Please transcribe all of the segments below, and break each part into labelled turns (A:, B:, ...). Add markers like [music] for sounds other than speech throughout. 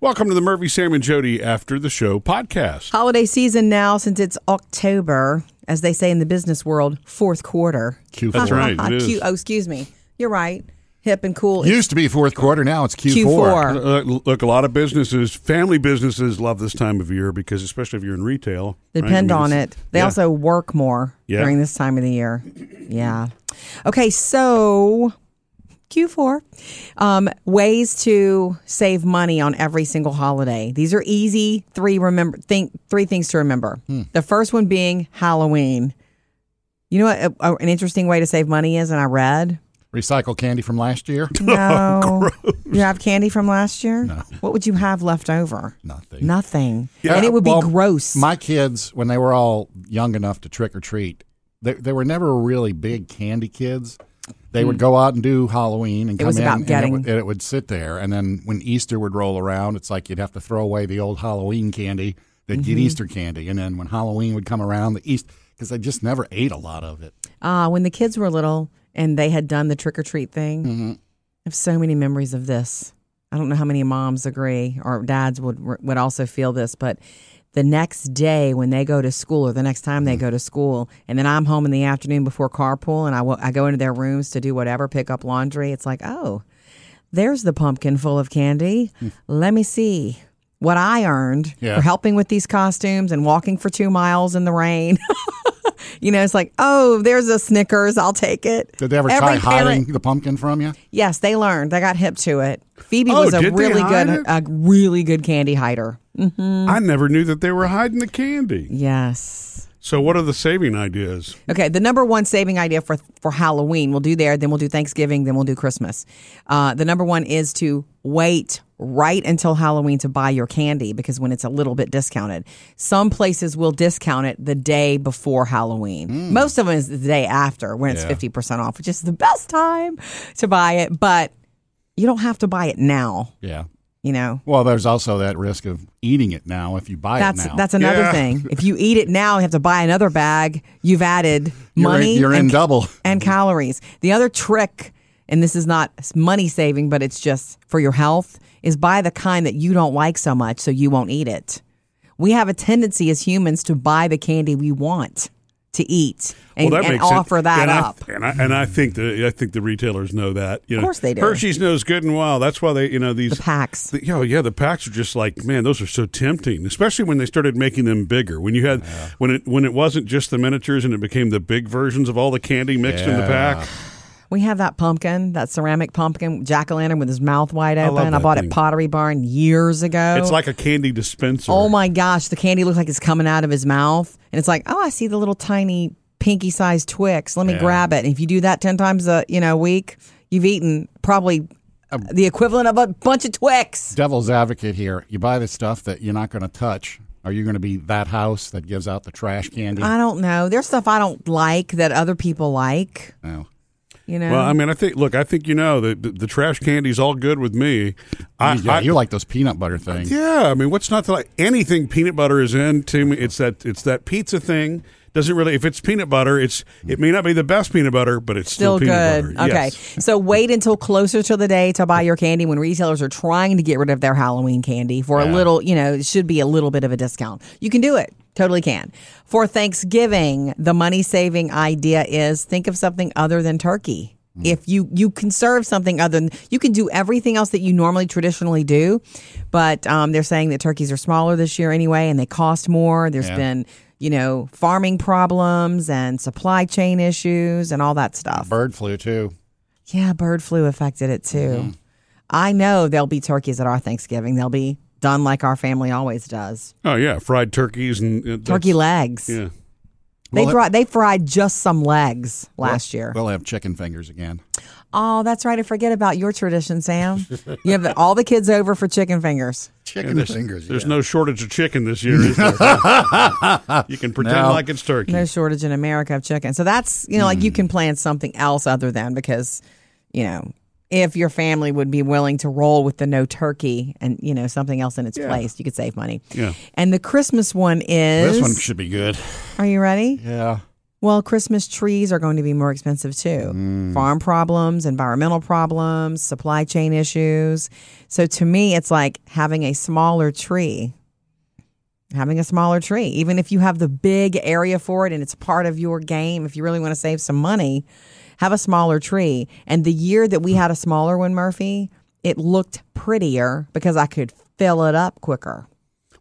A: Welcome to the Murphy, Sam, and Jody After the Show podcast.
B: Holiday season now, since it's October, as they say in the business world, fourth quarter.
A: Q4. That's
B: [laughs]
A: right, it is.
B: Q- oh, excuse me. You're right. Hip and cool.
C: Used to be fourth quarter, now it's Q4.
B: Q4.
A: Look, look, a lot of businesses, family businesses, love this time of year because, especially if you're in retail, right? I
B: Depend
A: mean,
B: on
A: it's-
B: it. They
A: yeah.
B: also work more
A: Yeah.
B: during this time of the year. Yeah. Okay, so Q4 um, ways to save money on every single holiday. These are easy three remember think three things to remember.
A: Hmm.
B: The first one being Halloween. You know what a- a- an interesting way to save money is, and
A: [laughs]
B: I read.
C: Recycle candy from last year?
A: Oh,
B: No, you have candy from last year. What would you have left over?
C: Nothing.
B: Nothing, and it would be
C: Well,
B: gross.
C: My kids, when they were all young enough to trick or treat, they, they were never really big candy kids. They would go out and do Halloween and
B: Mm. It
C: come
B: was
C: in
B: about
C: and,
B: getting-
C: it would, and it would sit there. And then when Easter would roll around, it's like you'd have to throw away the old Halloween candy. They'd
B: Mm-hmm.
C: get Easter candy. And then when Halloween would come around, the East, because they just never ate a lot of it.
B: Ah, when the kids were little and they had done the trick or treat thing, I have so many memories of this. I don't know how many moms agree or dads would would also feel this, but the next day when they go to school or the next time they go to school, and then I'm home in the afternoon before carpool, and I wa- I go into their rooms to do whatever, pick up laundry. It's like, oh, there's the pumpkin full of candy. Let me see what I earned
C: Yeah.
B: for helping with these costumes and walking for two miles in the rain. [laughs] You know, it's like, oh, there's a Snickers. I'll take it.
C: Did they ever
B: Every
C: try
B: parent-
C: hiding the pumpkin from you?
B: Yes, they learned. They got hip to it. Phoebe
A: Oh,
B: was a
A: did they
B: really
A: hide
B: good,
A: it?
B: a really good candy hider.
A: I never knew that they were hiding the candy.
B: Yes.
A: So, what are the saving ideas?
B: Okay. The number one saving idea for for Halloween, we'll do there. Then we'll do Thanksgiving. Then we'll do Christmas. Uh, the number one is to wait right until Halloween to buy your candy because when it's a little bit discounted, some places will discount it the day before Halloween.
C: Hmm.
B: Most of them is the day after when it's fifty percent off, which is the best time to buy it. But you don't have to buy it now.
C: Yeah.
B: You know.
C: Well, there's also that risk of eating it now if you buy
B: That's
C: it now.
B: that's another
A: Yeah.
B: thing. If you eat it now, you have to buy another bag. You've added
C: You're in-
B: money.
C: you're in
B: and, [laughs]
C: double.
A: [laughs]
B: and calories. The other trick, and this is not money saving, but it's just for your health, is buy the kind that you don't like so much, so you won't eat it. We have a tendency as humans to buy the candy we want to eat and, and
A: sense.
B: offer that
A: and
B: up.
A: I, and I and I think the I think the retailers know that. You know,
B: course they do.
A: Hershey's knows good and well. That's why they you know these
B: the packs.
A: The, yeah, yeah, the packs are just like man, those are so tempting, especially when they started making them bigger. When you had when it when it wasn't just the miniatures and it became the big versions of all the candy mixed in the pack.
B: We have that pumpkin, that ceramic pumpkin, jack o' lantern with his mouth wide
A: love
B: open. I,
A: that
B: bought
A: thing.
B: it Pottery Barn years ago.
A: It's like a candy dispenser.
B: Oh my gosh, the candy looks like it's coming out of his mouth. And it's like, oh, I see the little tiny pinky sized Twix. Let me grab it. And if you do that 10 times a you know week, you've eaten probably the equivalent of a bunch of Twix.
C: devil's advocate here. You buy the stuff that you're not going to touch. Are you going to be that house that gives out the trash candy?
B: I don't know. There's stuff I don't like that other people like,
C: no.
B: you know.
A: Well, I mean, I think look, I think you know that the, the trash candy's all good with me. I,
C: You- yeah,
A: I-
C: you like those peanut butter things.
A: yeah, I mean, what's not to like? Anything peanut butter is in to me. It's that it's that pizza thing. Doesn't really. If it's peanut butter, it's it may not be the best peanut butter, but it's still,
B: Still
A: peanut
B: good.
A: butter.
B: Okay.
A: Yes.
B: So wait until closer to the day to buy your candy when retailers are trying to get rid of their Halloween candy for a little, you know, it should be a little bit of a discount. You can do it. Totally can. For Thanksgiving, the money saving idea is think of something other than turkey.
A: Mm.
B: If you you can serve something other than you can do everything else that you normally traditionally do, but um, they're saying that turkeys are smaller this year anyway, and they cost more. There's been you know farming problems and supply chain issues and all that stuff.
C: Bird flu too.
B: Yeah, bird flu affected it too.
C: Mm-hmm.
B: I know there'll be turkeys at our Thanksgiving. They'll be done like our family always does.
A: Oh yeah, fried turkeys and uh, that's-
B: Turkey legs.
A: Yeah.
B: They
C: Well, it-
B: brought, they fried just some legs last year.
C: We'll have chicken fingers again.
B: oh, that's right. I forget about your tradition, Sam. you have all the kids over for chicken fingers.
C: Chicken fingers.
A: There's no shortage of chicken this year, is there? you can pretend
C: No.
A: like it's turkey.
B: No shortage in America of chicken. So that's, you know, like you can plan something else other than because, you know, if your family would be willing to roll with the no turkey and, you know, something else in its place, you could save money.
A: Yeah.
B: And the Christmas one is
C: This one should be good.
B: Are you ready?
C: Yeah.
B: Well, Christmas trees are going to be more expensive too. Farm problems, environmental problems, supply chain issues. So to me, it's like having a smaller tree. Having a smaller tree, even if you have the big area for it and it's part of your game, if you really want to save some money, have a smaller tree. And the year that we had a smaller one, Murphy, it looked prettier because I could fill it up quicker.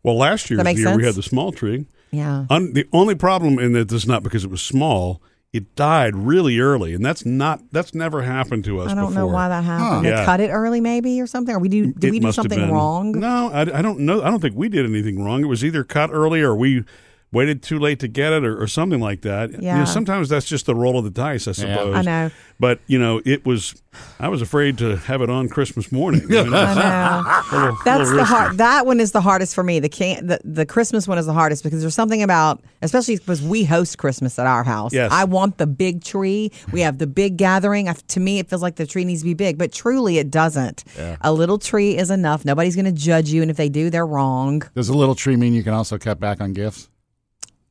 A: Well, last year,
B: That
A: was
B: makes
A: the year we had
B: sense?
A: the small tree.
B: Yeah.
A: Un- the only problem in that this is not because it was small. It died really early, and that's not that's never happened to us.
B: I don't know
A: before.
B: why that happened. They
A: Yeah.
B: cut it early, maybe, or something. Or we do? Did
A: It
B: we do
A: must have
B: something
A: been-
B: wrong?
A: No, I, I don't know. I don't think we did anything wrong. It was either cut early or we waited too late to get it or, or something like that. You know,
B: Yeah.
A: sometimes that's just the roll of the dice, I suppose.
B: I know.
A: But, you know, it was, I was afraid to have it on Christmas morning. I mean,
B: I
A: [laughs]
B: know.
A: little-
B: That's
A: little
B: the
A: risky.
B: hard. That one is the hardest for me. The can the, the Christmas one is the hardest because there's something about, especially because we host Christmas at our house.
A: Yes.
B: I want the big tree. We have the big gathering. I, to me, it feels like the tree needs to be big, but truly, it doesn't. A little tree is enough. Nobody's going to judge you, and if they do, they're wrong.
C: Does a little tree mean you can also cut back on gifts?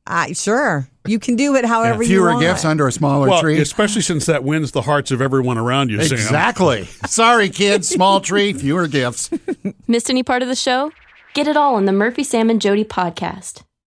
B: I sure you can do it however you
C: Fewer
B: want.
C: gifts under a smaller
A: Well,
C: tree.
A: especially since that wins the hearts of everyone around you, Sam.
C: Exactly. Sorry, kids. Small tree, fewer gifts.
D: Missed any part of the show? Get it all on the Murphy, Sam, and Jody podcast.